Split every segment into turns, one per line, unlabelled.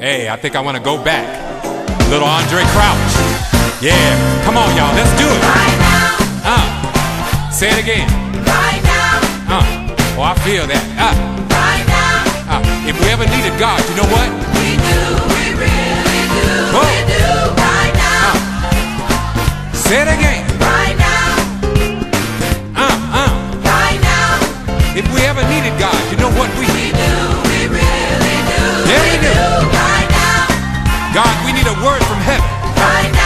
Hey, I think I want to go back. Little Andre Crouch. Yeah, come on, y'all, let's do it.
Right now,
Uh, say it again.
right now,
Uh, oh, I feel that. Uh,
right now,
uh, if we ever needed God, you know what?
we do, we really do,
Whoa.
we do. Right now,
Say it again.
right now,
Uh,
right now,
uh, if we ever needed God, you know what we
we do, we really do,
Yeah, we do.
Right now,
God, we need a word from heaven.
right now,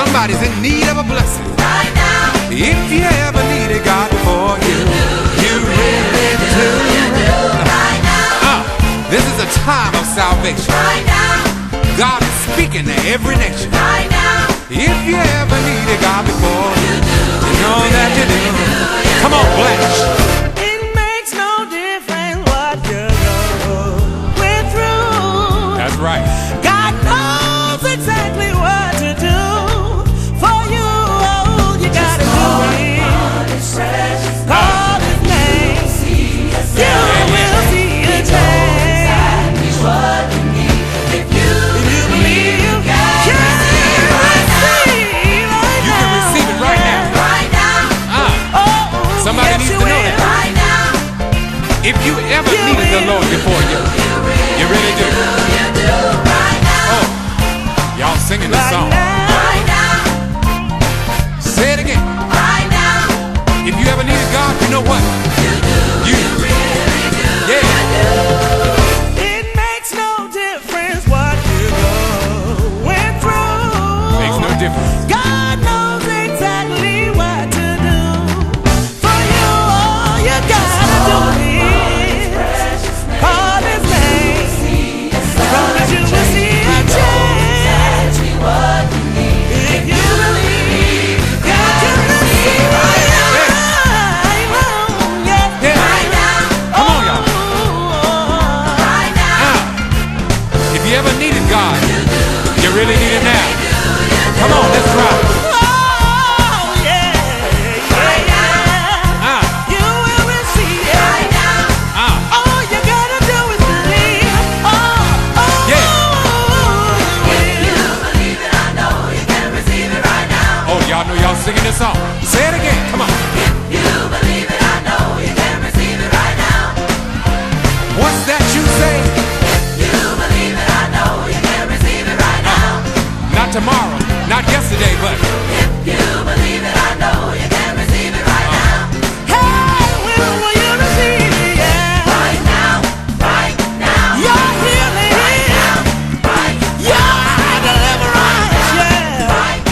Somebody's in need of a blessing.
right now,
If you ever needed God for you, you really do.
right now,
Uh, this is a time of salvation.
right now,
God is speaking to every nation.
right now.
If you ever needed God before, you, you know that you do. Come on, Blanche.
It makes no difference what you're going through.
That's right.
God knows exactly what to do for you. All you gotta do is call His name. You will see a change if you believe. You receive right
You can receive it right now.
Right now,
Uh,
Oh,
Somebody
yes,
needs
you
to know
will.
right now,
if you ever needed the Lord before you, you really do.
you do. Right now,
Oh, y'all singing this
Right
song.
now.
right now,
Say it again.
right now,
If you ever needed God, you know what? You do. Yeah.
It makes no difference what you going through.
Makes no difference.
God knows exactly what to do for you. All you gotta do is call His name. Promise you will see a change if you believe. God can see right now.
Yeah.
right now,
Come on, y'all.
Yeah.
right now.
Now, if you ever needed God, you really need it now. Come on, let's try. it.
Oh yeah, yeah, yeah.
Ah,
You will receive it.
ah,
All you gotta do is believe. Oh, oh,
Yeah.
yeah.
oh, y'all know y'all singing this song. Say it again. Come on. What's that you say? Not tomorrow, not yesterday, but
Hey, will will you receive it? Yeah. Your healing. Your deliverance. Yeah.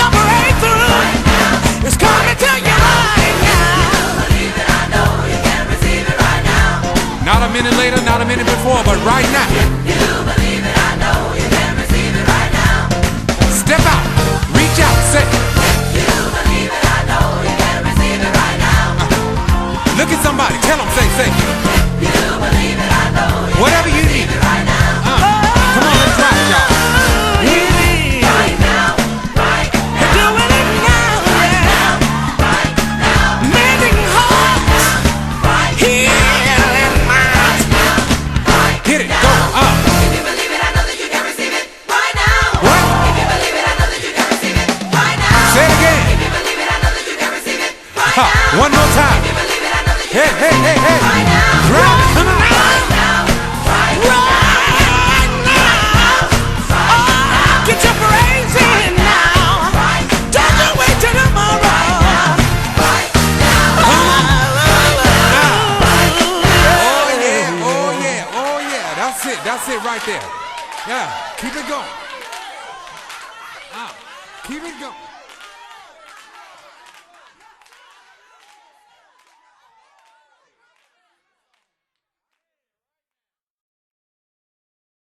Your breakthrough is coming to you right now.
not a minute later, not a minute before, but right now. Step out, reach out, say. Uh, Look at somebody, tell them, say, say. Whatever you need. Uh, come on, let's rock, y'all. Hit it, go Uh, up. What? Say it again. Huh, One more time. Hey, hey, hey, hey. Drop it, come on. Oh yeah, oh yeah, oh yeah. That's it, that's it right there. Yeah, Ah. keep it going. Uh, keep it going.